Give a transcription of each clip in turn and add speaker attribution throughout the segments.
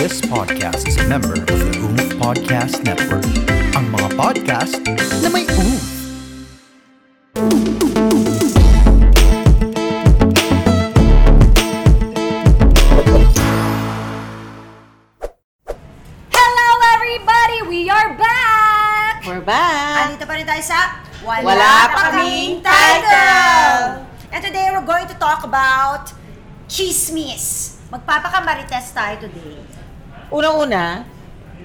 Speaker 1: This podcast is a member of the OOF Podcast Network. Ang mga podcast na may OOF.
Speaker 2: Hello everybody! We are back!
Speaker 3: We're back!
Speaker 4: Andito pa rin tayo sa Wala,
Speaker 3: Wala
Speaker 4: pa
Speaker 3: pa
Speaker 4: kaming
Speaker 3: kaming
Speaker 4: title! And today we're going to talk about chismis. Magpapakamarites tayo today.
Speaker 3: Unang-una,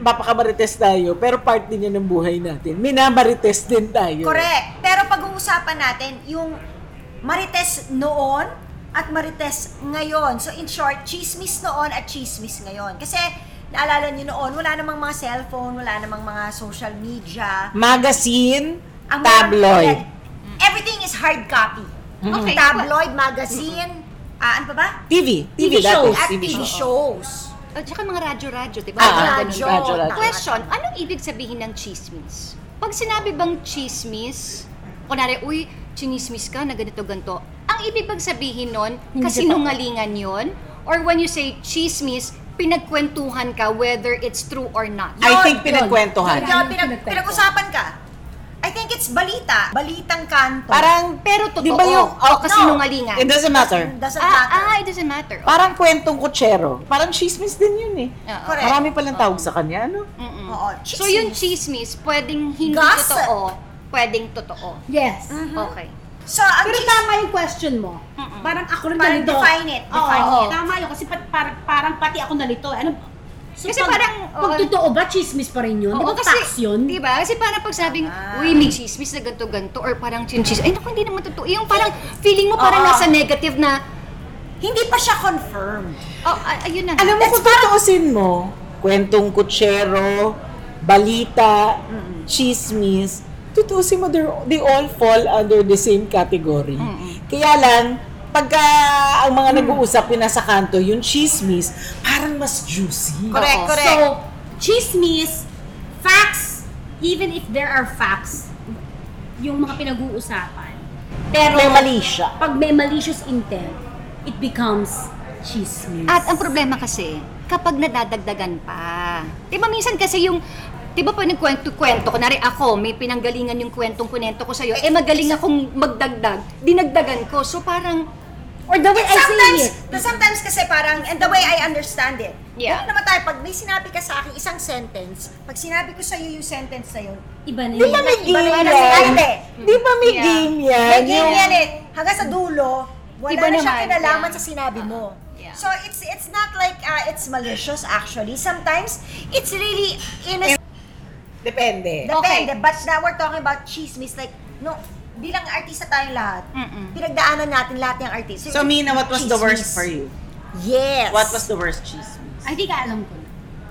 Speaker 3: mapakabarites tayo, pero part din yan ng buhay natin. Minamarites din tayo.
Speaker 4: Correct. Pero pag-uusapan natin yung marites noon at marites ngayon. So in short, chismis noon at chismis ngayon. Kasi naalala niyo noon, wala namang mga cellphone, wala namang mga social media.
Speaker 3: Magazine,
Speaker 4: Ang mga-
Speaker 3: tabloid.
Speaker 4: Everything is hard copy.
Speaker 2: Okay.
Speaker 4: Tabloid, magazine, ah, ano pa ba?
Speaker 3: TV. TV,
Speaker 4: TV
Speaker 3: dati.
Speaker 4: shows. At TV, shows.
Speaker 2: At saka mga radyo-radyo, di ba?
Speaker 3: Ah,
Speaker 2: Mga
Speaker 3: ah,
Speaker 2: ganun.
Speaker 3: radyo, radyo, radyo.
Speaker 2: Question, anong ibig sabihin ng chismis? Pag sinabi bang chismis, kunwari, uy, chinismis ka na ganito-ganto, ang ibig bang sabihin nun, kasinungalingan yun? Or when you say chismis, pinagkwentuhan ka whether it's true or not?
Speaker 3: I think
Speaker 4: Yun,
Speaker 3: pinagkwentuhan.
Speaker 4: Kaya pinag- pinag-usapan ka. I think it's balita. Balitang kanto.
Speaker 3: Parang,
Speaker 2: Pero totoo
Speaker 3: di ba yung,
Speaker 2: o kasinungalingan?
Speaker 3: it doesn't matter.
Speaker 4: Doesn't
Speaker 2: ah,
Speaker 4: matter.
Speaker 2: ah, it doesn't matter.
Speaker 3: Parang kwentong kutsero. Parang chismis din yun eh.
Speaker 2: Oo.
Speaker 4: Correct.
Speaker 3: Marami palang tawag sa kanya, ano?
Speaker 2: ah, Mm-mm.
Speaker 4: Oo,
Speaker 2: So yung
Speaker 4: chismis.
Speaker 2: chismis, pwedeng hindi
Speaker 4: Gossip.
Speaker 2: totoo, pwedeng totoo.
Speaker 5: Yes.
Speaker 2: Okay.
Speaker 4: So, ang
Speaker 5: Pero
Speaker 4: chis-
Speaker 5: tama yung question mo. Parang ako rin
Speaker 4: Parang
Speaker 5: nalito.
Speaker 4: define it,
Speaker 5: Oo,
Speaker 4: define
Speaker 5: oo.
Speaker 4: it.
Speaker 5: Tama yun. Kasi pa- parang, parang pati ako nalito. Ano, so
Speaker 2: Kasi parang,
Speaker 5: Pag
Speaker 2: oo.
Speaker 5: totoo ba, chismis pa rin yun? Di
Speaker 2: Oo,
Speaker 5: ba facts yun?
Speaker 2: Di ba? Kasi parang pag sabing, uy, may chismis na ganto-ganto, or parang chinchis, ay naku, hindi naman totoo. Yung parang, feeling mo parang
Speaker 4: Oo.
Speaker 2: nasa negative na,
Speaker 4: hindi pa siya confirmed.
Speaker 2: oh, ay- ayun na nga.
Speaker 3: Alam mo, kung tutuusin mo, kwentong kutsero, balita, chismis, tutuusin mo, they're- they all fall under the same category. Kaya lang, pagka ang mga nag-uusap yung nasa kanto, yung chismis, parang mas juicy.
Speaker 4: Correct,
Speaker 2: Oo.
Speaker 4: correct.
Speaker 5: So, chismis, facts, even if there are facts, yung mga pinag-uusapan. Pero,
Speaker 3: May mali siya.
Speaker 5: pag may malicious intent, it becomes chismis.
Speaker 2: At ang problema kasi, kapag nadadagdagan pa. Di ba minsan kasi yung, di ba pag nagkwento-kwento, kunwari ako, may pinanggalingan yung kwentong kunento ko sa'yo, eh magaling akong magdagdag, dinagdagan ko. So parang,
Speaker 5: Or the way
Speaker 4: And
Speaker 5: I say
Speaker 4: sometimes,
Speaker 5: it.
Speaker 4: the sometimes kasi parang, and the way I understand it,
Speaker 2: Yeah.
Speaker 4: ganun naman tayo, pag may sinabi ka sa akin isang sentence, pag sinabi ko sa'yo yung sentence na yun,
Speaker 5: Iba na
Speaker 3: Di ba
Speaker 5: yun.
Speaker 3: may
Speaker 4: Iba na
Speaker 3: game
Speaker 4: yun.
Speaker 3: yan?
Speaker 4: Hindi.
Speaker 3: Di ba may
Speaker 2: Yeah.
Speaker 3: game yan?
Speaker 4: May game
Speaker 3: Yung-
Speaker 4: yan eh. Hanggang sa dulo, wala
Speaker 2: Iba
Speaker 4: na siya
Speaker 2: naman,
Speaker 4: kinalaman
Speaker 2: yeah.
Speaker 4: sa sinabi mo.
Speaker 3: Ah,
Speaker 2: Yeah.
Speaker 4: So it's it's not like uh, it's malicious actually. Sometimes it's really innocent.
Speaker 3: Depende.
Speaker 4: Depende. But now we're talking about chismis like no bilang artista tayong lahat.
Speaker 2: Mm-mm.
Speaker 4: Pinagdaanan natin lahat ng artista.
Speaker 3: So, Mina, what was the worst
Speaker 4: Chismis.
Speaker 3: for you?
Speaker 4: Yes.
Speaker 3: What was the worst chismis?
Speaker 5: I think alam ko na.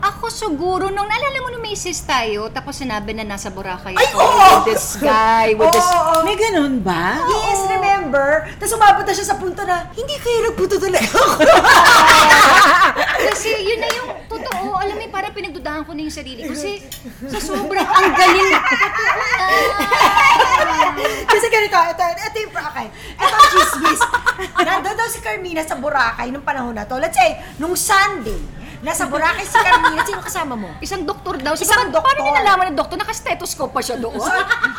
Speaker 2: Ako siguro, nung naalala mo nung may sis tayo, tapos sinabi na nasa Boracay
Speaker 4: Ay,
Speaker 2: ako
Speaker 4: oo!
Speaker 2: with this guy, with
Speaker 4: Oo,
Speaker 2: this...
Speaker 4: oo, oo.
Speaker 3: May ganun ba?
Speaker 4: Yes, remember? Tapos umabot na siya sa punto na, hindi kayo nagpunto talaga ako.
Speaker 2: Kasi yun na yung totoo, alam mo yun, parang pinagdudahan ko na yung sarili. ko. Kasi sa sobrang ang galing.
Speaker 4: Kasi ganito, ito, ito yung Boracay. Ito ang chismis. Nandun daw si Carmina sa Boracay nung panahon na to. Let's say, nung Sunday, nasa Boracay si Carmina. Sino kasama mo?
Speaker 2: Isang doktor daw. Sabi,
Speaker 4: Isang
Speaker 2: "Pa- Paano
Speaker 4: doktor."
Speaker 2: niya nalaman ng doktor? Naka-stethoscope pa siya doon.
Speaker 4: So,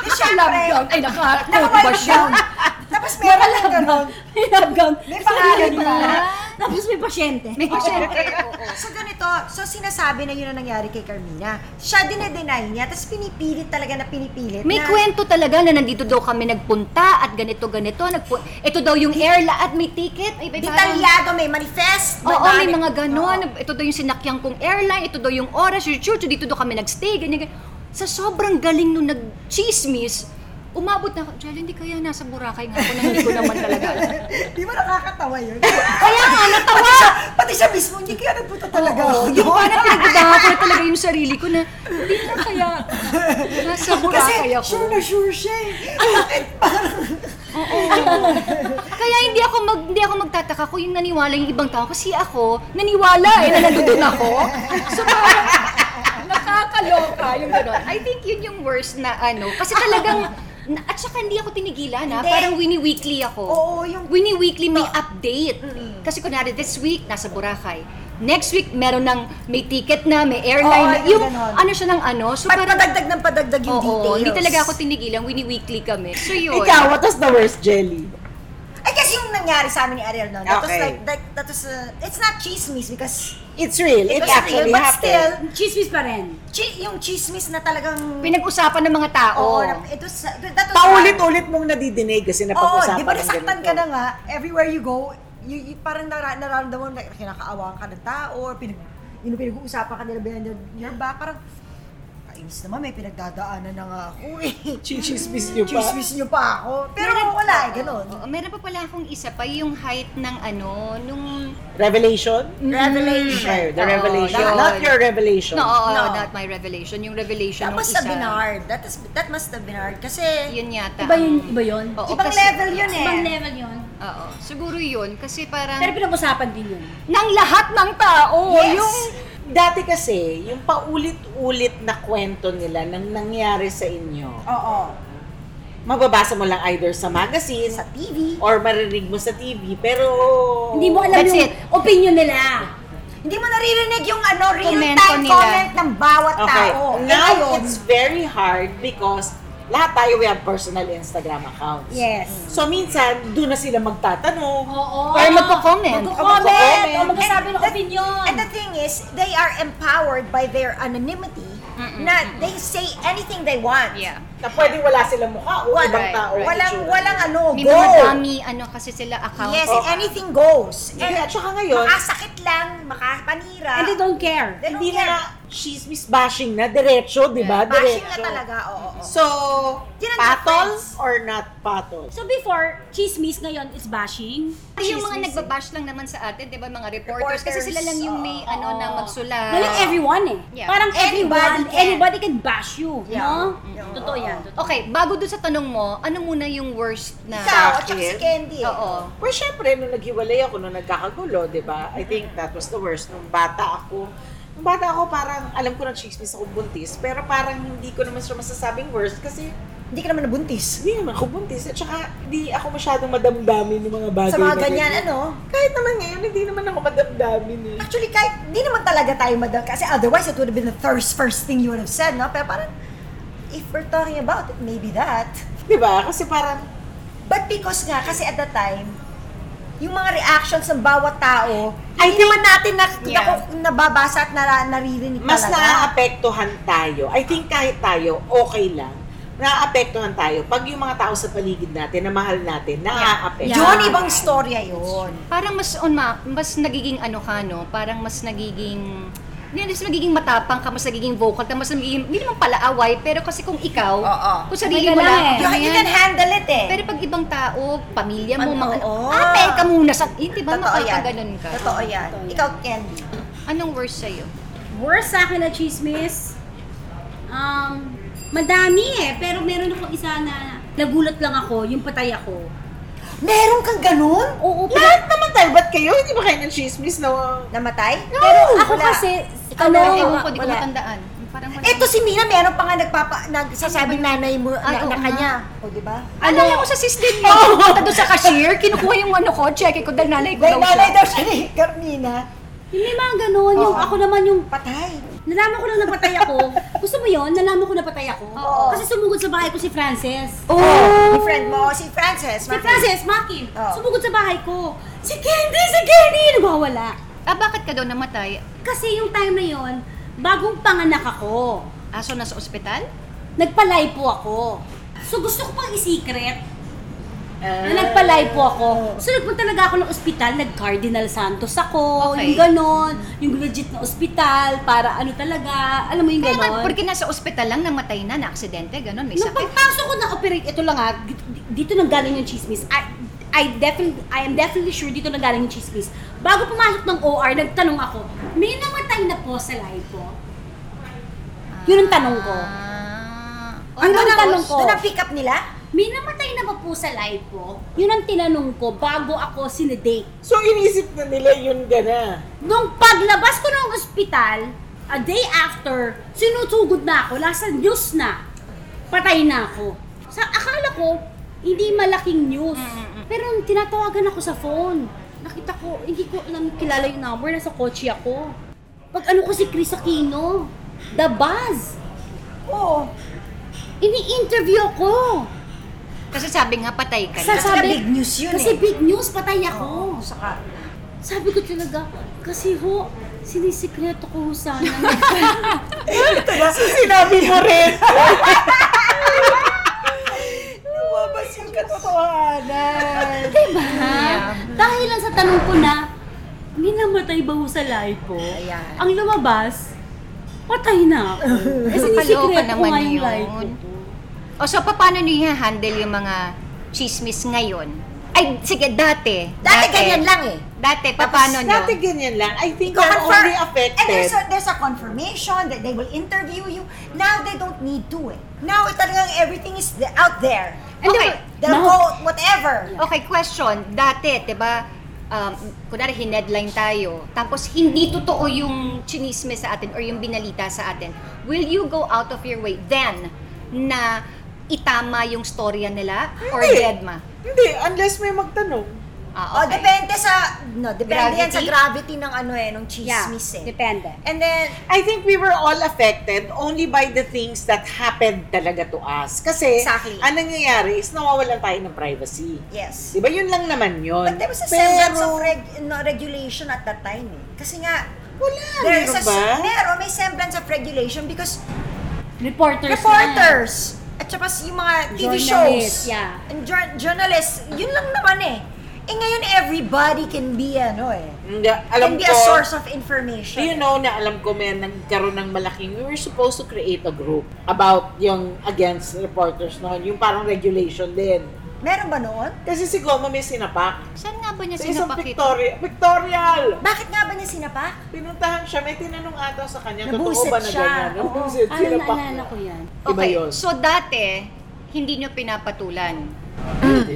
Speaker 4: di siya
Speaker 2: Naka-lockdown. Ay, naka-coat ba
Speaker 4: Nakawala
Speaker 2: siya?
Speaker 4: siya. Tapos meron lang ganun.
Speaker 5: May lockdown.
Speaker 4: May pangalan
Speaker 5: Sorry,
Speaker 4: pa.
Speaker 5: Tapos may pasyente.
Speaker 2: May pasyente. oo.
Speaker 4: So ganito, so sinasabi na yun ang nangyari kay Carmina. Siya dinedeny niya, tapos pinipilit talaga na pinipilit
Speaker 2: May
Speaker 4: na.
Speaker 2: kwento talaga na nandito daw kami nagpunta at ganito ganito nagpu- ito daw yung airla at may ticket ay, may parang-
Speaker 4: Detalyado, may manifest.
Speaker 2: Oo, may
Speaker 4: bani-
Speaker 2: mga ganon. Ito daw yung sinakyang kong airline, ito daw yung oras, yung church, dito daw kami nagstay, ganyan, ganyan. Sa sobrang galing nung nag-chismis, umabot na ako, Jel, hindi kaya nasa Boracay nga ako na hindi ko naman talaga alam."
Speaker 4: Di ba nakakatawa yun? Kaya nga, natawa! Pati siya, Ah! pati siya mismo, hindi kaya nagpunta talaga ako.
Speaker 2: Oo, yung parang pinagdadahan ko na talaga yung sarili ko na, hindi na kaya nasa
Speaker 4: Kasi
Speaker 2: Boracay ako.
Speaker 4: sure na sure siya eh. Bakit parang...
Speaker 2: Kaya hindi ako mag hindi ako magtataka kung yung naniwala yung ibang tao kasi ako naniwala eh na nandoon ako. So parang nakakaloka yung gano'n. I think yun yung worst na ano kasi talagang na- at saka hindi ako tinigilan ha.
Speaker 4: Hindi.
Speaker 2: Parang Winnie Weekly ako.
Speaker 4: Oo, yung-
Speaker 2: Winnie Weekly may update. Kasi kunwari this week nasa Boracay. next week meron ng may ticket na, may airline. na,
Speaker 4: Oo, yung
Speaker 2: yung
Speaker 4: ganon.
Speaker 2: ano siya ng ano. So
Speaker 4: Pat-
Speaker 2: parang,
Speaker 4: padagdag ng padagdag yung details.
Speaker 2: oo, hindi talaga ako tinigilan. Wini-weekly kami. So yun.
Speaker 3: Ikaw, what was the worst jelly?
Speaker 4: Ay, kasi yung nangyari sa amin ni Ariel noon, that was
Speaker 3: Okay.
Speaker 4: like, that, that was, uh, it's not chismis because,
Speaker 3: It's real. It,
Speaker 4: It was
Speaker 3: actually
Speaker 4: real, but still,
Speaker 3: happened.
Speaker 5: Chismis pa rin.
Speaker 4: chi- yung chismis na talagang,
Speaker 2: Pinag-usapan ng mga
Speaker 4: oo,
Speaker 2: tao.
Speaker 4: na- it was, that was,
Speaker 3: Paulit-ulit mong nadidinig kasi
Speaker 4: Oo,
Speaker 3: napag-usapan
Speaker 4: di ba
Speaker 3: ng
Speaker 4: nasaktan
Speaker 3: ganito.
Speaker 4: ka na nga, everywhere you go, you, you- parang nara, nararamdaman mo, like, kinakaawaan ka ng tao, or pinag, yun, pinag-uusapan ka nila behind your- your back, parang, kainis naman, may pinagdadaanan na nga ako eh.
Speaker 3: Chichismis niyo
Speaker 2: Diba?
Speaker 3: pa.
Speaker 4: Chismis niyo pa ako. Pero wala, eh, ganun.
Speaker 2: Oo, meron pa pala akong isa pa, yung height ng ano, nung...
Speaker 3: Revelation?
Speaker 4: Hmm. Revelation.
Speaker 3: Sure, the
Speaker 2: Oo,
Speaker 3: revelation.
Speaker 2: yun.
Speaker 3: Not your revelation.
Speaker 2: No, oo,
Speaker 4: No.
Speaker 2: not my revelation. Yung revelation
Speaker 4: That
Speaker 2: ng
Speaker 4: must
Speaker 2: isa.
Speaker 4: have been hard. That, is, that must have been hard. Kasi,
Speaker 2: Yun yata.
Speaker 5: Iba yun,
Speaker 2: ang-
Speaker 5: iba yun.
Speaker 2: Oo,
Speaker 4: ibang
Speaker 2: kasi-
Speaker 4: level yun eh.
Speaker 5: Ibang level yun.
Speaker 2: Oo, siguro yun. Kasi parang...
Speaker 5: Pero pinag-usapan din yun.
Speaker 2: ng lahat ng tao.
Speaker 4: Yes.
Speaker 2: Yung...
Speaker 3: Dati kasi, yung paulit-ulit na kwento nila nang nangyari sa inyo,
Speaker 4: Oo.
Speaker 3: mababasa mo lang either sa magazine,
Speaker 4: Sa TV.
Speaker 3: or marinig mo sa TV, pero...
Speaker 5: Hindi mo alam
Speaker 2: That's
Speaker 5: yung
Speaker 2: it.
Speaker 5: opinion nila.
Speaker 4: Hindi mo naririnig yung ano,
Speaker 2: Komento
Speaker 4: real-time
Speaker 2: nila.
Speaker 4: comment ng bawat
Speaker 3: Okay,
Speaker 4: tao. Eh,
Speaker 3: now
Speaker 4: ngayon,
Speaker 3: it's very hard because lahat tayo we have personal Instagram accounts.
Speaker 4: Yes.
Speaker 3: So minsan, doon na sila magtatanong.
Speaker 5: Oo.
Speaker 2: Or magko-comment.
Speaker 5: Magko-comment. O
Speaker 3: Magko-comment.
Speaker 5: magsasabi ng
Speaker 4: And-
Speaker 5: opinion.
Speaker 4: And the thing is, they are empowered by their anonymity na they say anything they want.
Speaker 2: Yeah.
Speaker 3: Na pwede wala silang mukha o
Speaker 4: Wala-
Speaker 3: ibang tao.
Speaker 2: right.
Speaker 4: Walang,
Speaker 3: itsura
Speaker 4: walang ano,
Speaker 2: May
Speaker 4: go.
Speaker 2: mga dummy, ano kasi sila account.
Speaker 4: Yes,
Speaker 3: Oh.
Speaker 4: anything goes.
Speaker 3: Hindi, at saka ngayon-
Speaker 4: makasakit lang, makapanira.
Speaker 5: And they don't care.
Speaker 4: They don't
Speaker 3: Hindi
Speaker 4: care.
Speaker 3: na chismis bashing na, diretso, di ba?
Speaker 4: Bashing na
Speaker 3: Diretso.
Speaker 4: talaga, oo. oo.
Speaker 3: So,
Speaker 4: Yun ang
Speaker 3: patol
Speaker 4: difference.
Speaker 3: or not patol?
Speaker 5: So before, chismis ngayon is bashing.
Speaker 2: Ay, yung mga
Speaker 5: Chismis is-
Speaker 2: nagbabash lang naman sa atin, di ba, mga reporters, kasi
Speaker 4: Reporters,
Speaker 2: sila lang yung may
Speaker 4: oo.
Speaker 2: ano na magsulat.
Speaker 5: Well, like everyone eh.
Speaker 2: Yeah.
Speaker 5: Parang everyone,
Speaker 4: Anybody can.
Speaker 5: anybody can bash you.
Speaker 4: Yeah.
Speaker 5: No?
Speaker 4: Yeah.
Speaker 5: Totoo yan. Totoo.
Speaker 2: Okay, bago dun sa tanong mo, ano muna yung worst na...
Speaker 4: Ikaw, at saka si
Speaker 3: Sakit.
Speaker 4: Candy. eh.
Speaker 2: Oo.
Speaker 3: Well, syempre, nung naghiwalay ako, nung nagkakagulo, di ba? I think that was the worst. Nung bata ako, nung bata ako, parang, alam ko na chismis ako buntis, pero parang hindi ko naman siya masasabing worst kasi
Speaker 4: Hindi ka naman nabuntis.
Speaker 3: hindi naman ako buntis. At saka, hindi ako masyadong madamdamin ng mga bagay
Speaker 4: Sa mga
Speaker 3: na
Speaker 4: ganyan, ano?
Speaker 3: Kahit naman ngayon, hindi naman ako madamdamin eh.
Speaker 4: Actually, kahit di naman talaga tayo madal kasi otherwise it would have been the first first thing you would have said, no? Pero parang, if we're talking about it, maybe that.
Speaker 3: Di ba? Kasi parang,
Speaker 4: But because nga, kasi at the time, yung mga reactions ng bawat tao,
Speaker 3: I
Speaker 4: hindi man natin na,
Speaker 2: Yeah.
Speaker 4: naku- nababasa at nara, naririnig
Speaker 3: mas
Speaker 4: talaga.
Speaker 3: naaapektuhan tayo. I think kahit tayo, okay lang. Naaapektuhan tayo pag yung mga tao sa paligid natin na mahal natin, naaapektuhan.
Speaker 4: Yun, ibang storya yun.
Speaker 2: Parang mas on ma- mas nagiging ano ka no, parang mas nagiging hindi mas nagiging matapang ka, mas nagiging vocal ka, mas nagiging, hindi naman pala away, pero kasi kung ikaw,
Speaker 4: Oo.
Speaker 2: kung sarili mo
Speaker 5: May ganang
Speaker 2: lang,
Speaker 5: eh.
Speaker 4: You,
Speaker 2: ano
Speaker 4: you
Speaker 2: yan?
Speaker 4: can handle it eh.
Speaker 2: Pero pag ibang tao, pamilya mo,
Speaker 4: Ano,
Speaker 2: mga,
Speaker 4: oo.
Speaker 2: ate ka muna sa, hindi ba makakaganon ka?
Speaker 4: Totoo yan.
Speaker 5: Totoo yan.
Speaker 4: Ikaw, Candy.
Speaker 2: Anong worst sa'yo?
Speaker 5: Worst sa akin na chismis, um, madami eh. Pero meron akong isa na nagulat lang ako, yung patay ako.
Speaker 4: Meron kang ganun?
Speaker 5: Oo,
Speaker 3: Lahat naman tayo, ba't kayo? Hindi ba kayo ng chismis na...
Speaker 4: Namatay?
Speaker 5: Pero ako
Speaker 4: Wala.
Speaker 5: kasi,
Speaker 4: Ikaw
Speaker 5: ano,
Speaker 4: meron,
Speaker 2: Ewan ko, di ko
Speaker 4: wala.
Speaker 2: matandaan. Parang wala.
Speaker 4: Eto si Mina, meron pa nga nagpapa, nagsasabing nanay mo, na,
Speaker 2: Ay, oo
Speaker 4: na
Speaker 2: nga.
Speaker 4: kanya. O, di ba?
Speaker 2: Ano ko sa sis din yun. Pumunta doon sa cashier, kinukuha yung ano ko, check ko dahil nanay ko
Speaker 4: Dahil
Speaker 2: daw
Speaker 4: nanay
Speaker 2: siya. eh.
Speaker 4: daw siya ni Carmina,
Speaker 5: yung may mga ganun, yung
Speaker 4: Oo.
Speaker 5: ako naman yung,
Speaker 4: patay.
Speaker 5: nalaman ko lang napatay ako. Gusto mo yun? Nalaman ko napatay ako.
Speaker 4: Oo.
Speaker 5: Kasi sumugod sa bahay ko si Frances.
Speaker 4: Oh! friend mo, si Frances.
Speaker 5: Si
Speaker 4: Maki.
Speaker 5: Frances, Maki,
Speaker 4: Oo.
Speaker 5: sumugod sa bahay ko. Si Candy, si Candy! Nagwawala.
Speaker 2: Ah, bakit ka daw namatay?
Speaker 5: Kasi yung time na yon, bagong panganak ako.
Speaker 2: Aso nasa ospital?
Speaker 5: Nagpalay po ako. So gusto ko pang isikret na
Speaker 4: Ah.
Speaker 5: nagpalay po ako. So nagpunta talaga ako ng ospital, nag-Cardinal Santos ako,
Speaker 2: Okay.
Speaker 5: yung ganon, yung legit na ospital, para ano talaga, alam mo yung
Speaker 2: Kaya nga,
Speaker 5: ganon.
Speaker 2: porque nasa ospital lang, namatay na, na-aksidente, ganun, may
Speaker 5: Nung
Speaker 2: sakit.
Speaker 5: pagpasok ko na operate, ito lang ha, dito, dito nang galing yung chismis. I, I definitely, I am definitely sure dito nang galing yung chismis. Bago pumasok ng OR, nagtanong ako, may namatay na po sa live po? Yun ang tanong ko.
Speaker 2: Ah.
Speaker 5: Ang
Speaker 4: Doon Ano ang-
Speaker 5: tanong ko.
Speaker 4: Doon ang pick up nila?
Speaker 5: May namatay na ba po sa live po? Yun ang tinanong ko bago ako sinedate.
Speaker 3: So, inisip na nila yun gana.
Speaker 5: Nung paglabas ko ng ospital, a day after, sinusugod na ako, nasa news na. Patay na ako. Sa akala ko, hindi malaking news. Pero nung tinatawagan ako sa phone, nakita ko, hindi ko alam kilala yung number, nasa kotse ako. Pag ano ko si Chris Aquino, the buzz,
Speaker 4: Oo.
Speaker 5: ini-interview ako.
Speaker 2: Kasi sabi nga, patay ka
Speaker 5: Sa-
Speaker 2: na.
Speaker 4: Saka
Speaker 5: Sabi-
Speaker 4: big news yun
Speaker 5: Kasi
Speaker 4: eh.
Speaker 5: big news, patay ako.
Speaker 4: Saka,
Speaker 5: Sabi ko talaga, kasi ho, sinisikreto ko ho sana.
Speaker 4: ito na,
Speaker 3: Sinabi mo rin.
Speaker 4: lumabas yung katotohanan.
Speaker 5: diba? Dahil lang sa tanong ko na, minamatay ba ho sa live po?
Speaker 4: Ayan.
Speaker 5: Ang lumabas, patay na ako. Eh,
Speaker 2: Nakaloka
Speaker 5: sinisikreto ko
Speaker 2: naman
Speaker 5: nga yung
Speaker 2: yun.
Speaker 5: live ko.
Speaker 2: O so, paano niyo i-handle yung mga chismis ngayon? Ay, sige, dati.
Speaker 4: Dati ganyan lang eh.
Speaker 2: Dati, paano niyo?
Speaker 3: Dati ganyan lang. I think
Speaker 4: Ikaw
Speaker 3: I'm
Speaker 4: confirm.
Speaker 3: only affected.
Speaker 4: And there's a, there's a confirmation that they will interview you. Now they don't need to eh. Now talagang everything is the- out there.
Speaker 2: And
Speaker 4: okay.
Speaker 2: they-
Speaker 4: They'll
Speaker 5: Now-
Speaker 4: quote whatever.
Speaker 2: Okay, question. Dati, di ba, um, kunwari hinedline tayo, tapos hindi totoo yung chinisme sa atin or yung binalita sa atin, will you go out of your way then na itama yung storya nila or
Speaker 3: Hindi.
Speaker 2: deadma?
Speaker 3: Hindi, unless may magtanong.
Speaker 2: Ah,
Speaker 4: Oh,
Speaker 2: okay.
Speaker 4: depende sa no, depende yan sa gravity
Speaker 2: Gravity?
Speaker 4: ng ano eh, ng
Speaker 5: Yeah,
Speaker 4: chismis eh.
Speaker 5: depende.
Speaker 4: And then
Speaker 3: I think we were all affected only by the things that happened talaga to us. Kasi,
Speaker 4: Exactly.
Speaker 3: ang nangyayari is nawawalan tayo ng privacy.
Speaker 4: yes.
Speaker 3: Di ba? Yun lang naman yun.
Speaker 4: But there was a semblance of reg- no, regulation at that time eh. Kasi nga
Speaker 3: Wala,
Speaker 4: there is
Speaker 3: meron
Speaker 4: a
Speaker 3: ba?
Speaker 4: meron, may semblance of regulation because
Speaker 5: Reporters na.
Speaker 4: reporters at saka yung mga TV
Speaker 5: Journalists,
Speaker 4: shows
Speaker 5: yeah.
Speaker 4: and jour- journalists, yun lang naman eh. Eh ngayon everybody can be ano eh.
Speaker 3: Hindi, alam
Speaker 4: can be
Speaker 3: ko,
Speaker 4: a source of information.
Speaker 3: you know na alam ko may nagkaroon ng malaking, we were supposed to create a group about yung against reporters noon, yung parang regulation din.
Speaker 4: Meron ba noon?
Speaker 3: Kasi si Goma may sinapak.
Speaker 2: Saan nga ba niya
Speaker 3: Sa isang
Speaker 2: sinapakita?
Speaker 3: pictori- pictorial!
Speaker 4: Bakit nga ba niya sinapak?
Speaker 3: Pinuntahan siya, may tinanong ata sa kanya,
Speaker 4: Nabusit
Speaker 3: totoo ba na
Speaker 4: siya.
Speaker 3: ganyan?
Speaker 4: Oo.
Speaker 3: Nabusit,
Speaker 5: Ah,
Speaker 3: sinapak
Speaker 5: naalala
Speaker 3: niya.
Speaker 5: ko yan.
Speaker 3: Iba
Speaker 2: Okay,
Speaker 3: yun.
Speaker 2: so dati, hindi niyo pinapatulan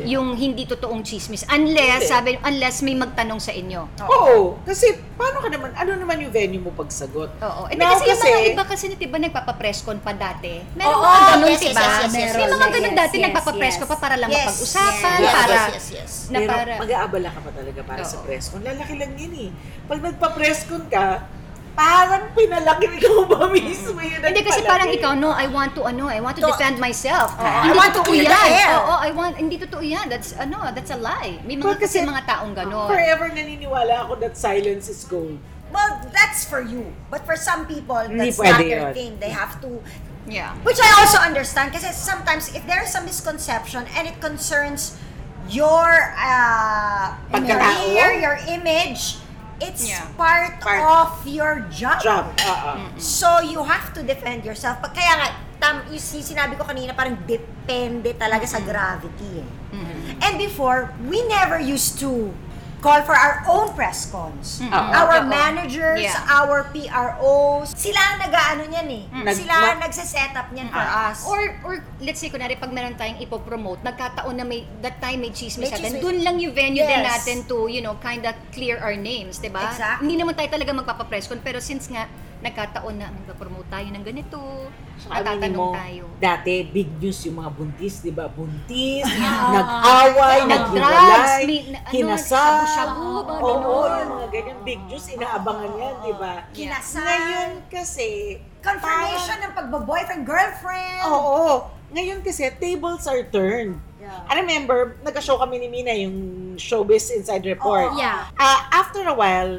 Speaker 2: yung hindi totoong chismis unless
Speaker 3: Hindi.
Speaker 2: sabi unless may magtanong sa inyo.
Speaker 3: Oo, kasi paano ka naman, ano naman yung venue mo pagsagot?
Speaker 2: Oo. Eh, di
Speaker 3: Now,
Speaker 2: kasi, yung mga iba kasi na tiba nagpapapresscon pa dati. Meron
Speaker 4: Oo,
Speaker 2: mga ganun,
Speaker 4: yes, yes,
Speaker 2: diba?
Speaker 4: yes, yes, yes,
Speaker 2: May
Speaker 4: yes,
Speaker 2: mga
Speaker 4: yes,
Speaker 2: ganun
Speaker 5: yes,
Speaker 2: dati
Speaker 5: yes,
Speaker 2: nagpapapresscon
Speaker 5: yes.
Speaker 2: pa para lang
Speaker 4: Yes,
Speaker 2: mapag-usapan,
Speaker 4: yes,
Speaker 2: para...
Speaker 4: yes, yes.
Speaker 2: Na
Speaker 3: Pero
Speaker 2: para...
Speaker 3: mag-aabala ka pa talaga para sa
Speaker 2: Oo.
Speaker 3: press con. Lalaki lang yun eh. Pag nagpa-press con ka, parang pinalaki ikaw ba mismo yun?
Speaker 2: Hindi kasi parang ikaw, no, I want to, ano, I want to
Speaker 4: eh. To-
Speaker 2: defend myself.
Speaker 4: Oo, I
Speaker 2: hindi
Speaker 4: want to
Speaker 2: totoo
Speaker 4: clear the
Speaker 2: yan.
Speaker 4: air.
Speaker 2: Oo, I want, hindi totoo yan. That's, ano, that's a lie. May mga
Speaker 3: Well,
Speaker 2: kasi,
Speaker 3: kasi-
Speaker 2: mga taong ganun.
Speaker 3: Forever naniniwala ako that silence is gold.
Speaker 4: Well, that's for you. But for some people,
Speaker 3: Hindi
Speaker 4: that's not
Speaker 3: pwede
Speaker 4: their
Speaker 3: yun.
Speaker 4: thing. They have to...
Speaker 2: Yeah.
Speaker 4: Which I also understand kasi sometimes if there is a misconception and it concerns your uh,
Speaker 3: Pagkatao?
Speaker 4: career, your image, it's
Speaker 2: Yeah.
Speaker 4: part,
Speaker 3: Part.
Speaker 4: of your job.
Speaker 3: Job. ah, ah.
Speaker 2: Mm.
Speaker 4: So, you have to defend yourself. Pag- Kaya nga, tam, yung si- sinabi ko kanina, parang depende talaga sa gravity. eh. And before, we never used to call for our own press cons. Our
Speaker 2: Oo.
Speaker 4: managers,
Speaker 2: Yeah.
Speaker 4: our PROs, sila ang nag-ano niyan eh.
Speaker 3: Nag-
Speaker 4: sila ang nagsaset up niyan for us.
Speaker 2: Or, or let's say, kunwari, pag meron tayong ipopromote, nagkataon na may, that time may
Speaker 4: May
Speaker 2: chismis sa atin,
Speaker 4: chismis.
Speaker 2: dun lang yung venue din
Speaker 4: Yes.
Speaker 2: natin to, you know, kind of clear our names, di ba?
Speaker 4: Exactly.
Speaker 2: Hindi naman tayo talaga magpapapresscon, pero since nga, nagkataon na magpapromote tayo ng ganito,
Speaker 3: Saka aminin
Speaker 2: natatanong
Speaker 3: mo,
Speaker 2: tayo.
Speaker 3: Dati, big news yung mga buntis, di ba? Buntis,
Speaker 5: Ah.
Speaker 3: nag-away,
Speaker 5: Ah.
Speaker 2: Drugs,
Speaker 3: nag-iwalay,
Speaker 2: may- ano,
Speaker 3: kinasal.
Speaker 2: shabu-shabu, mga
Speaker 3: Oo,
Speaker 2: ganun.
Speaker 3: yung mga ganyan. Big news, inaabangan yan, di ba?
Speaker 4: Kinasal.
Speaker 3: Ngayon kasi,
Speaker 4: confirmation ng pagbo-boyfriend, girlfriend.
Speaker 5: Oh.
Speaker 3: Oo. Ngayon kasi, tables are turned. I remember, nagka-show kami ni Mina yung Showbiz Inside Report.
Speaker 5: Oo. Yeah.
Speaker 3: Ah, after a while,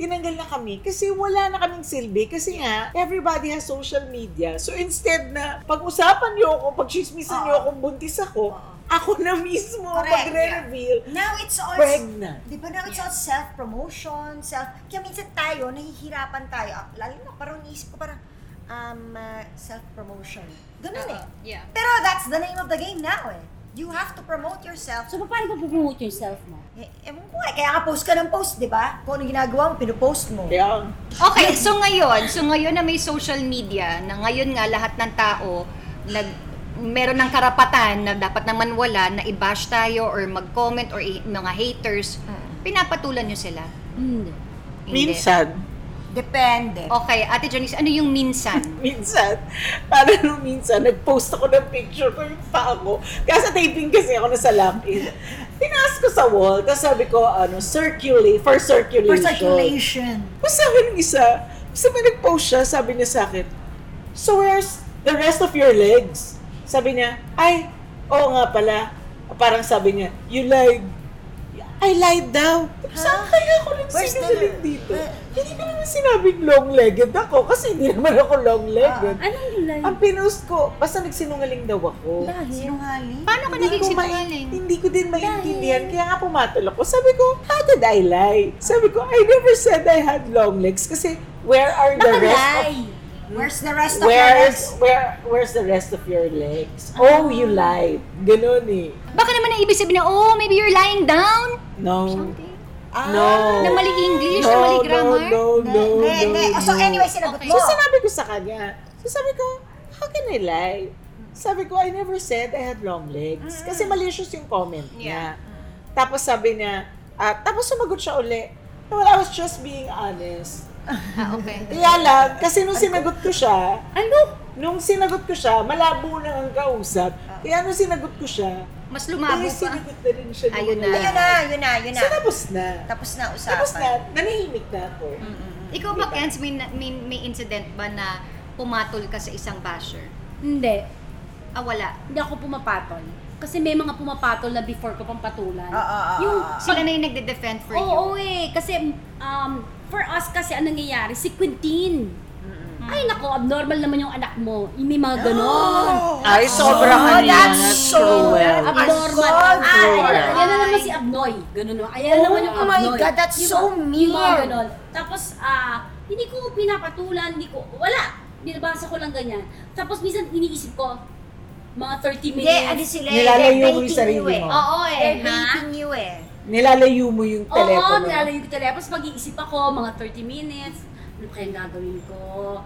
Speaker 3: tinanggal na kami kasi wala na kaming silbi kasi nga everybody has social media. So instead na pag-usapan niyo ako, pag-chismisan niyo ako, buntis ako, ako na mismo
Speaker 4: Correct.
Speaker 3: pag-reveal.
Speaker 4: Now it's all
Speaker 3: Pregnant.
Speaker 4: Di ba now it's all self-promotion, self... Kaya minsan tayo, nahihirapan tayo. Ah, lalo na parang isip ko parang, um, uh, self-promotion. Ganun eh.
Speaker 2: Uh-huh. yeah.
Speaker 4: Pero that's the name of the game now eh. You have to promote yourself. So,
Speaker 5: So, paano ka promote yourself mo?
Speaker 4: eh, ewan ko eh. Kaya ka post ka ng post, di ba? Kung ano ginagawa mo, pinupost mo.
Speaker 3: Kaya,
Speaker 2: Okay, so ngayon, so ngayon na may social media, na ngayon nga lahat ng tao nag meron ng karapatan na dapat naman wala na i-bash tayo or mag-comment or i- mga haters, pinapatulan nyo sila.
Speaker 5: Mm. Hindi.
Speaker 2: Hindi.
Speaker 3: minsan,
Speaker 4: Depende.
Speaker 3: Oh,
Speaker 2: Okay, Ate Janice, ano yung minsan?
Speaker 3: minsan, para nung minsan, nag-post ako ng picture ko yung paa ko. Kaya sa taping kasi ako nasa lock-in. Tinaas ko sa wall, tapos sabi ko, ano, circulate, for circulation.
Speaker 4: For circulation.
Speaker 3: Tapos sabi ng isa, kasi may nag-post siya, sabi niya sa akin, so where's the rest of your legs? Sabi niya, ay, oo nga pala. Parang sabi niya, you lied. I lied daw. Saan kaya ako nang
Speaker 4: Where's the-
Speaker 3: sinungaling dito?
Speaker 4: the-
Speaker 3: Hindi ko naman sinabing long-legged ako kasi hindi naman ako long-legged.
Speaker 5: Anong live?
Speaker 3: Ang pinost ko, basta nagsinungaling daw ako.
Speaker 4: Sinungaling.
Speaker 2: Paano ka naging
Speaker 3: ko mai-
Speaker 2: sinungaling?
Speaker 3: Hindi ko din maintindihan. Kaya nga pumatol ako. Sabi ko, how did I lie? Sabi ko, I never said I had long legs kasi where are the rest of
Speaker 5: Nakalay.
Speaker 4: Where's the rest of your
Speaker 3: Where's,
Speaker 4: legs?
Speaker 3: where, where's the rest of your legs? Oh, you lied. Ganun eh.
Speaker 2: Baka naman ang ibig sabihin na, oh, maybe you're lying down.
Speaker 3: No.
Speaker 2: Something.
Speaker 3: No.
Speaker 2: Na mali English, na mali
Speaker 3: Oh. No, no,
Speaker 2: grammar.
Speaker 3: no,
Speaker 4: Ne,
Speaker 3: no,
Speaker 4: ne, ne. Oh,
Speaker 3: no,
Speaker 4: So
Speaker 3: no.
Speaker 4: anyway, sinagot
Speaker 2: Okay.
Speaker 4: mo.
Speaker 3: So sinabi ko sa kanya, so sabi ko, how can I lie? Sabi ko, I never said I had long legs. Kasi malicious yung comment niya. Tapos sabi niya, ah, tapos sumagot siya uli. Well, I was just being honest.
Speaker 2: Ah, okay.
Speaker 3: Kaya lang, kasi nung sinagot ko siya,
Speaker 5: Ano?
Speaker 3: nung sinagot ko siya, malabo na ang kausap. Kaya nung sinagot ko siya,
Speaker 2: Mas
Speaker 3: eh,
Speaker 2: lumabo pa.
Speaker 3: sinagot na rin siya. ng
Speaker 2: Ayun
Speaker 3: mga
Speaker 2: na.
Speaker 4: Ayun na, yun na, yun
Speaker 3: lalaki.
Speaker 4: na.
Speaker 3: So, tapos na.
Speaker 4: Tapos na usapan.
Speaker 3: Tapos na, nanahimik na ako.
Speaker 2: Ikaw ba, Kenz, may, na- may, may incident ba na pumatol ka sa isang basher?
Speaker 5: Hindi.
Speaker 2: Ah, wala.
Speaker 5: Hindi ako pumapatol. Kasi may mga pumapatol na before ko pang patulan.
Speaker 4: Oo, oo, oo,
Speaker 5: Yung
Speaker 4: oo.
Speaker 2: Sila na yung nagde-defend for you.
Speaker 5: Oo, eh. Kasi, um, for us kasi, anong nangyayari? Si Quintin. Ay, nako, abnormal naman yung anak mo. Yung May mga ganon.
Speaker 3: Ay, sobra
Speaker 4: Oh,
Speaker 3: ka
Speaker 4: that's so
Speaker 3: cruel.
Speaker 5: abnormal.
Speaker 4: Assault.
Speaker 5: Ah, ayan,
Speaker 2: Ay.
Speaker 5: ayan na naman si Abnoy. Ganun naman. Ayan
Speaker 4: Oh
Speaker 5: naman yung
Speaker 4: my
Speaker 5: Abnoy.
Speaker 4: God, that's
Speaker 5: Yung
Speaker 4: so
Speaker 5: mga- Yung mga
Speaker 4: mean.
Speaker 5: ganun. Tapos, ah, hindi ko pinapatulan, hindi ko, wala. Binabasa ko lang ganyan. Tapos, minsan iniisip ko, mga 30 minutes.
Speaker 4: Hindi, ano sila eh.
Speaker 3: Nilalayo
Speaker 4: they're
Speaker 3: mo yung
Speaker 4: baiting
Speaker 3: sarili
Speaker 4: you eh.
Speaker 3: mo.
Speaker 5: Oo, eh,
Speaker 4: They're
Speaker 5: ha?
Speaker 4: baiting you eh.
Speaker 3: Nilalayo mo yung
Speaker 5: Oo,
Speaker 3: telepono.
Speaker 5: nilalayo ko yung telepono. Tapos mag-iisip ako, mga 30 minutes. Ano kayang gagawin ko?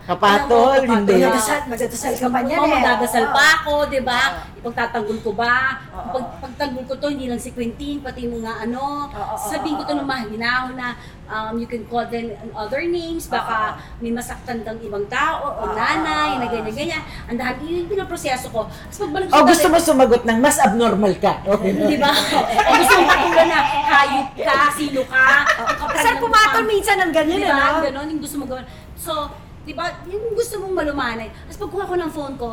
Speaker 3: Kapatol,
Speaker 5: Alam mo,
Speaker 3: hindi.
Speaker 5: kapatol.
Speaker 4: Magdadasal, magdadasal ka ba niyan
Speaker 5: Oo,
Speaker 4: eh?
Speaker 5: magdadasal
Speaker 4: Oo.
Speaker 5: pa ako, di ba? Ipagtatanggol ko ba?
Speaker 4: Oo.
Speaker 5: Pag, pagtanggol ko to, hindi lang si Quentin, pati yung mga ano.
Speaker 4: Oo,
Speaker 5: Sabihin ko to
Speaker 4: oo,
Speaker 5: ng mahinaw na um, you can call them on other names. Baka may masaktan kang ibang tao o
Speaker 4: Oo,
Speaker 5: nanay, na
Speaker 4: oo.
Speaker 5: ganyan-ganyan. Ang dahil yun yung pinaproseso ko. Tapos
Speaker 3: O
Speaker 5: pagbalik sa
Speaker 3: Oh, gusto
Speaker 5: tatay-
Speaker 3: mo sumagot ng mas abnormal ka. Okay.
Speaker 5: Di ba? o gusto mo patulan na hayop ka, sino ka. ang kapal
Speaker 4: Saan
Speaker 5: ng
Speaker 4: pumatol
Speaker 5: mukha
Speaker 4: minsan ng ganyan
Speaker 5: Di
Speaker 4: eh,
Speaker 5: ba?
Speaker 4: no?
Speaker 5: Ganon, yung gusto mo gawin. So, di ba, yung gusto mong malumanay. Tapos pagkuha ko ng phone ko,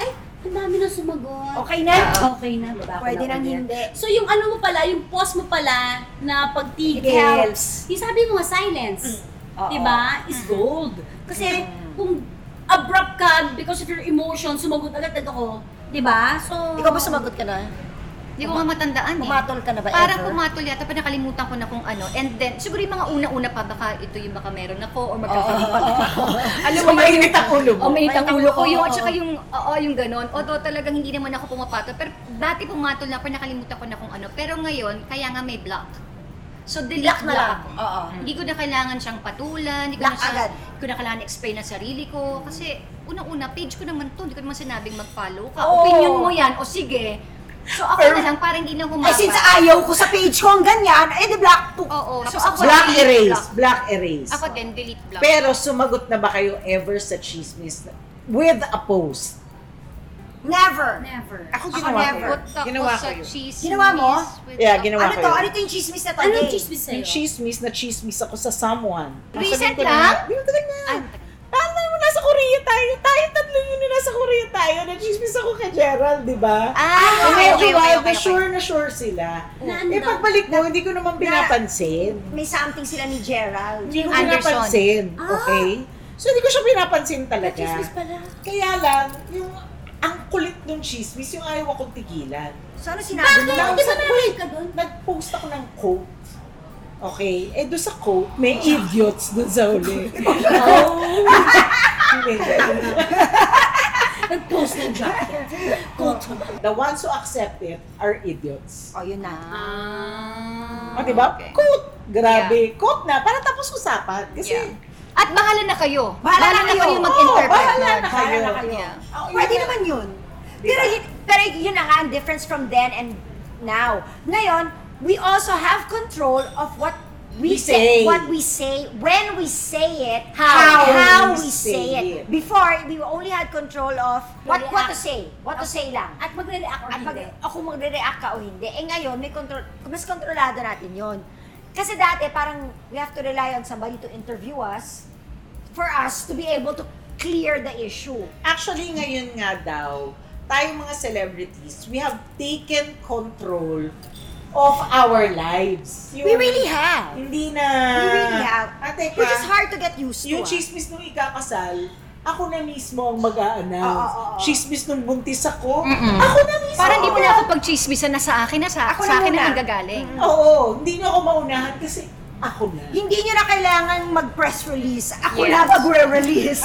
Speaker 5: ay, ang dami na sumagot.
Speaker 4: Okay na?
Speaker 5: Okay na, baba ko
Speaker 4: Pwede
Speaker 5: na
Speaker 4: nang
Speaker 5: ulit.
Speaker 4: hindi.
Speaker 5: So, yung ano mo pala, yung pause mo pala na pagtigil.
Speaker 4: It helps. Mm.
Speaker 5: Yung sabi mo nga, silence.
Speaker 4: Oo. Mm.
Speaker 5: Di ba? Is gold. Kasi, kung abrupt ka because of your emotion, sumagot agad-agad ako. Di ba? So,
Speaker 4: Ikaw ba sumagot ka na?
Speaker 2: Hindi ko nga matandaan eh.
Speaker 4: Pumatol ka na ba
Speaker 2: Parang
Speaker 4: ever?
Speaker 2: pumatol yata, pa nakalimutan ko na kung ano. And then, siguro yung mga una-una pa, baka ito yung baka meron ako or magkakalipan ako. Alam mo, Oh,
Speaker 3: So, mainit ang ulo mo.
Speaker 5: Oh,
Speaker 2: O mainit
Speaker 4: Mainit ang
Speaker 2: ang ulo ko.
Speaker 4: ulo,
Speaker 2: Yung,
Speaker 4: oo,
Speaker 2: at saka
Speaker 4: oo.
Speaker 2: yung, oo, yung ganon. Although talagang hindi naman ako pumapatol. Pero dati pumatol na ako, nakalimutan ko na kung ano. Pero ngayon, kaya nga may block. So,
Speaker 4: Black
Speaker 2: delete
Speaker 4: na lang.
Speaker 2: ako.
Speaker 4: Oo.
Speaker 2: Hindi ko na kailangan siyang patulan, hindi ko
Speaker 4: Black
Speaker 2: na siya,
Speaker 4: agad.
Speaker 2: hindi ko na kailangan explain ang sarili ko. Kasi, unang-una, page ko naman to, hindi ko naman sinabing mag-follow ka.
Speaker 4: Oo.
Speaker 2: Opinion mo yan, o sige. So, ako
Speaker 3: Pero-
Speaker 2: na lang, parang hindi na humaba.
Speaker 4: Ay, since ayaw ko sa page ko ang ganyan, eh di black po.
Speaker 2: Oo, so
Speaker 4: Tapos
Speaker 2: ako
Speaker 3: Black
Speaker 2: delete
Speaker 3: erase.
Speaker 2: block.
Speaker 3: Black erase.
Speaker 2: Ako din, delete block.
Speaker 3: Pero sumagot na ba kayo ever sa chismis with a post?
Speaker 4: Never.
Speaker 5: never.
Speaker 4: Ako
Speaker 3: Ako ginawa ko.
Speaker 4: never.
Speaker 3: yun.
Speaker 2: Put ako
Speaker 3: Ginawa ko
Speaker 2: sa
Speaker 3: yun.
Speaker 2: cheese.
Speaker 4: Ginawa mo?
Speaker 2: with-
Speaker 3: Yeah, ginawa
Speaker 4: Ano
Speaker 3: ko
Speaker 4: to?
Speaker 3: yun.
Speaker 4: Ano to yung chismis na to?
Speaker 5: Anong
Speaker 4: Day?
Speaker 5: chismis sa'yo?
Speaker 3: Yung chismis na chismis ako sa someone.
Speaker 2: Recent
Speaker 3: Sabihin ko na
Speaker 2: lang?
Speaker 3: nga, Di ba talaga?
Speaker 2: Ah,
Speaker 3: Tanda mo, nasa Korea tayo. Tayo tatlo yun na nasa Korea tayo. Na-chismis ako kay Gerald, di ba?
Speaker 2: Ah, okay, okay, okay, okay, okay.
Speaker 3: sure na sure sila.
Speaker 5: Na-
Speaker 3: eh, pagbalik mo, hindi ko naman pinapansin.
Speaker 4: May something sila ni Gerald.
Speaker 3: Hindi ko
Speaker 2: Anderson.
Speaker 3: pinapansin, okay? So, hindi ko siya pinapansin talaga.
Speaker 5: Chismis pala.
Speaker 3: Kaya lang, yung ang kulit nung chismis, yung ayaw akong tigilan.
Speaker 4: So ano sinabi mo?
Speaker 3: Bakit?
Speaker 5: Hindi ba narinig ka doon?
Speaker 3: Nag-post ako ng quote. Okay, eh doon sa quote, may idiots doon sa huli. Oh. Hindi.
Speaker 5: Nag-post na dyan. Kuto.
Speaker 3: The ones who accept it are idiots.
Speaker 4: Oh, yun na.
Speaker 2: Ah,
Speaker 3: O, di ba?
Speaker 2: okay.
Speaker 3: Quote! Grabe. Quote na. Para tapos usapan. Kasi,
Speaker 2: Yeah. At bahala na kayo.
Speaker 4: Bahala na kayo.
Speaker 2: kayo
Speaker 3: oh,
Speaker 2: mag-interpret.
Speaker 3: bahala
Speaker 2: nun.
Speaker 3: na kayo.
Speaker 2: Bahala na kayo.
Speaker 3: Oh,
Speaker 4: Pwede
Speaker 3: yun na-
Speaker 4: naman yun. Pero, yun- pero yun na nga ang difference from then and now. Ngayon, we also have control of what we
Speaker 3: We say.
Speaker 4: say what we say when we say it and
Speaker 5: How
Speaker 4: how
Speaker 3: we
Speaker 4: we say
Speaker 3: say
Speaker 4: it
Speaker 3: it.
Speaker 4: before we only had control of what
Speaker 5: React.
Speaker 4: what to say what to say lang
Speaker 5: At magre-react or
Speaker 4: at pag
Speaker 5: hindi.
Speaker 4: ako magre-react ka o hindi eh ngayon may control mas kontrolado natin yon kasi dati parang we have to rely on somebody to interview us for us to be able to clear the issue
Speaker 3: Actually, ngayon nga daw, tayong mga celebrities, we have taken control of our lives.
Speaker 4: we
Speaker 3: Yung-
Speaker 4: really have
Speaker 3: Hindi na...
Speaker 4: we really have
Speaker 3: Ate ka,
Speaker 4: which is hard to get used
Speaker 3: Ah, yung
Speaker 4: to ah.
Speaker 3: chismis nung ikakasal, ako na mismo ang mag-a-announce.
Speaker 4: Oo, oo, oo.
Speaker 3: Chismis nung buntis ako,
Speaker 2: Mm-mm.
Speaker 3: ako na mismo.
Speaker 2: Parang di mo
Speaker 3: ang
Speaker 2: na ako pagchismisan na sa akin na sa,
Speaker 4: Ako na
Speaker 2: sa akin
Speaker 4: muna.
Speaker 2: na ang gagaling.
Speaker 3: Mm. Oo, hindi na ako maunahan kasi ako na.
Speaker 4: ah. hindi nyo na kailangan mag-press release. Ako
Speaker 2: Yes.
Speaker 4: na mag-re-release.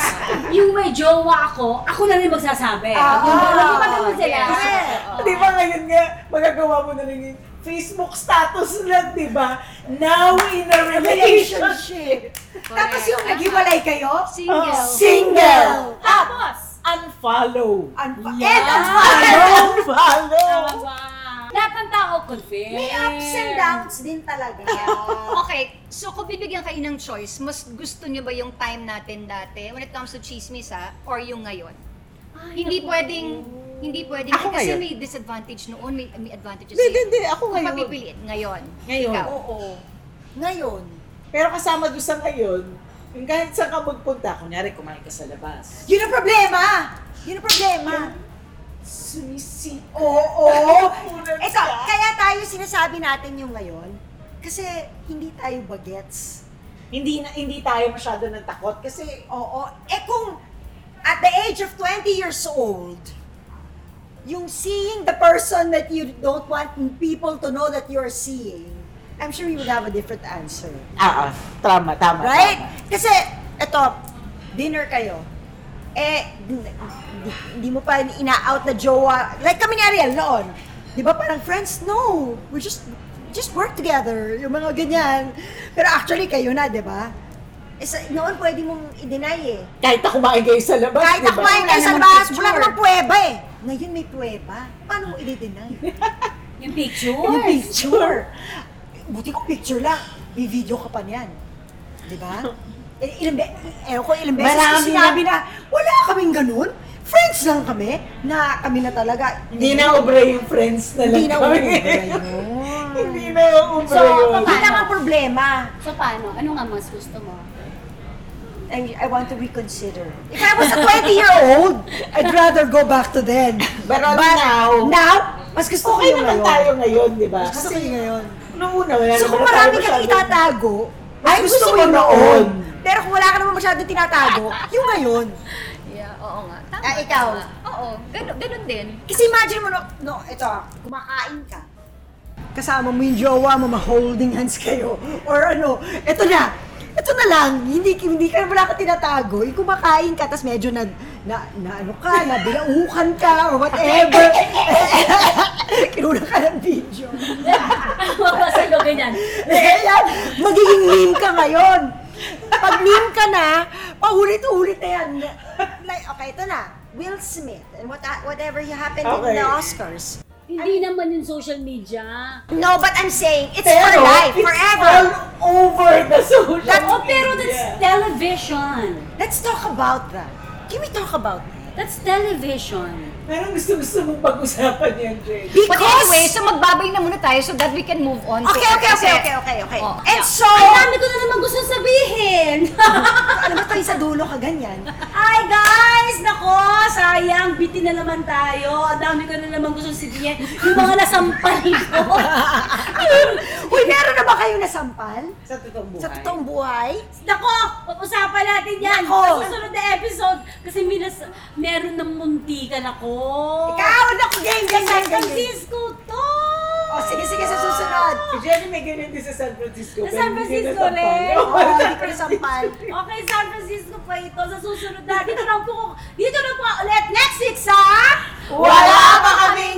Speaker 5: Yung may jowa ako, ako na rin magsasabi.
Speaker 4: Ah,
Speaker 5: yung
Speaker 4: ah,
Speaker 5: yung magano sila.
Speaker 4: yes.
Speaker 5: Oo.
Speaker 3: Di ba ngayon nga, magagawa mo na lang yung Facebook status lang, di ba? Now in a relationship.
Speaker 4: Relationship. Tapos
Speaker 2: Correct.
Speaker 4: yung naghiwalay kayo,
Speaker 2: Single.
Speaker 3: Oh, single.
Speaker 5: Tapos,
Speaker 3: Unfollow.
Speaker 4: unpa-
Speaker 5: Yeah.
Speaker 4: and unfollow.
Speaker 3: Unfollow. Follow.
Speaker 5: tama ba? Lahat ng tao, confirm.
Speaker 4: May ups and downs din talaga.
Speaker 2: Okay, so kung bibigyan kayo ng choice, mas gusto nyo ba yung time natin dati when it comes to chismis ha, or yung ngayon? hindi pwedeng, hindi pwedeng,
Speaker 3: Ako
Speaker 2: kasi
Speaker 3: ngayon.
Speaker 2: may disadvantage noon, may, may advantages
Speaker 3: Hindi, hindi, hindi. Ako
Speaker 2: Kung
Speaker 3: ngayon.
Speaker 2: papipiliin ngayon.
Speaker 3: Ngayon.
Speaker 2: Ikaw.
Speaker 4: Oo. Ngayon,
Speaker 3: Pero kasama doon sa ngayon, yung kahit saan ka magpunta, kunyari kumain ka sa labas.
Speaker 4: yun ang problema. Yun ang problema.
Speaker 3: Sumisi.
Speaker 4: Oo.
Speaker 3: Ulan
Speaker 4: Ito,
Speaker 3: ka.
Speaker 4: kaya tayo sinasabi natin yung ngayon. Kasi hindi tayo bagets.
Speaker 3: Hindi na, hindi tayo masyado ng takot kasi
Speaker 4: Oo. Eh kung at the age of 20 years old, yung seeing the person that you don't want people to know that you're seeing, I'm sure you would have a different answer.
Speaker 3: Ah, ah, tama, tama.
Speaker 4: Right?
Speaker 3: tama.
Speaker 4: Kasi, eto, dinner kayo. Eh, hindi mo pa ina-out na jowa. Like kami ni Ariel noon. Di ba parang friends? No. We just, just work together. Yung mga ganyan. Pero actually, kayo na, di ba? Eh, sa- noon pwede mong i-deny eh.
Speaker 3: Kahit ako kumain kayo sa labas,
Speaker 4: Kahit
Speaker 3: di ba?
Speaker 4: ako ay
Speaker 3: Wala
Speaker 4: nasa
Speaker 3: namang
Speaker 4: labas, wala
Speaker 3: picture.
Speaker 4: namang pweba eh. Ngayon may pweba. Paano mo i-deny?
Speaker 5: Yung picture.
Speaker 4: Yung picture. Buti ko picture lang. May video ka pa niyan. Di ba? Il- ilang be- ewan ko, ilang beses ko
Speaker 3: Marami
Speaker 4: sinabi na, wala kaming ganun. Friends lang kami. Na kami na talaga.
Speaker 3: Hindi na ubra yung friends na lang
Speaker 4: Hindi na
Speaker 3: kami. Hindi na ubra
Speaker 5: So,
Speaker 3: yun.
Speaker 4: Hindi lang ang problema.
Speaker 5: So paano? Ano nga mas gusto mo?
Speaker 4: I, I want to reconsider. If I was a 20-year-old, I'd rather go back to then.
Speaker 3: But now-
Speaker 4: now, mas gusto ko
Speaker 3: Okay
Speaker 4: yung
Speaker 3: naman
Speaker 4: ngayon.
Speaker 3: tayo ngayon, di ba?
Speaker 4: Mas gusto ko yung ngayon.
Speaker 3: Noong una, wala
Speaker 4: So
Speaker 3: naman
Speaker 4: kung
Speaker 3: na tayo
Speaker 4: marami kang
Speaker 3: masyado-
Speaker 4: itatago,
Speaker 3: Ay,
Speaker 4: mas gusto
Speaker 3: gusto
Speaker 4: ko
Speaker 3: ko
Speaker 4: yung
Speaker 3: noon.
Speaker 4: noon. Pero kung wala ka naman masyadong tinatago, yung ngayon.
Speaker 2: Yeah, oo nga. Tama,
Speaker 4: Ah, ikaw?
Speaker 2: tama. Oo, ganun, ganun din.
Speaker 4: Kasi imagine mo, no, no ito, ah, kumakain ka. Kasama mo yung jowa mo, ma-holding hands kayo. Or ano, ito na, ito na lang, hindi, hindi ka wala ka tinatago. Yung kumakain ka, tapos medyo na, na, na ano ka, na bilauhan ka, or whatever. Kinuna ka ng video.
Speaker 5: Mapasalo ganyan.
Speaker 4: Kaya, magiging meme ka ngayon. Pag meme ka na, paulit-ulit na yan. Like, okay, ito na. Will Smith and what, uh, whatever he happened in
Speaker 3: Okay.
Speaker 4: the Oscars.
Speaker 5: Hindi
Speaker 4: Ano?
Speaker 5: naman yung social media.
Speaker 4: No, but I'm saying, it's
Speaker 3: Pero,
Speaker 4: for life,
Speaker 3: it's
Speaker 4: forever.
Speaker 3: all over the social
Speaker 5: That, oh, pero that's
Speaker 3: media.
Speaker 5: television.
Speaker 4: Let's talk about that. Can we talk about that?
Speaker 5: That's television.
Speaker 3: Parang gusto-gusto mong pag-usapan yan, Jen.
Speaker 2: But anyway, so magbabay na muna tayo so that we can move on. to
Speaker 4: okay,
Speaker 2: it.
Speaker 4: okay,
Speaker 2: Kasi-
Speaker 4: okay, okay, okay, okay.
Speaker 2: Oh,
Speaker 4: and
Speaker 2: yeah.
Speaker 4: so,
Speaker 5: Ang dami ko na naman gusto sabihin.
Speaker 4: Ah, alam mo, tayo sa dulo ka ganyan.
Speaker 5: Ay, guys! Nako, sayang. Bitin na naman tayo. Ang dami ko na naman gusto sabihin. Yung mga nasampal ko.
Speaker 4: Uy, meron na ba kayo nasampal?
Speaker 3: Sa totoong buhay.
Speaker 4: Sa totoong buhay?
Speaker 5: Nako, pag-usapan natin yan.
Speaker 4: Nako.
Speaker 5: Sa susunod na episode. Kasi minas, meron ng muntikan ako.
Speaker 3: Oh.
Speaker 4: Ikaw, naku, game, game,
Speaker 5: San
Speaker 4: game, game, game.
Speaker 5: Francisco to!
Speaker 4: Oh, sige, sige, sa susunod.
Speaker 3: Si Jenny may ganyan din sa San Francisco.
Speaker 5: Sa San
Speaker 3: pero hindi
Speaker 5: Francisco
Speaker 3: na
Speaker 5: rin.
Speaker 3: tapos.
Speaker 4: Oo, Oh, hindi ko nasampal.
Speaker 5: Okay, San Francisco pa ito. Sa susunod na, dito na po, dito na po ulit next week sa...
Speaker 3: Wala pa kami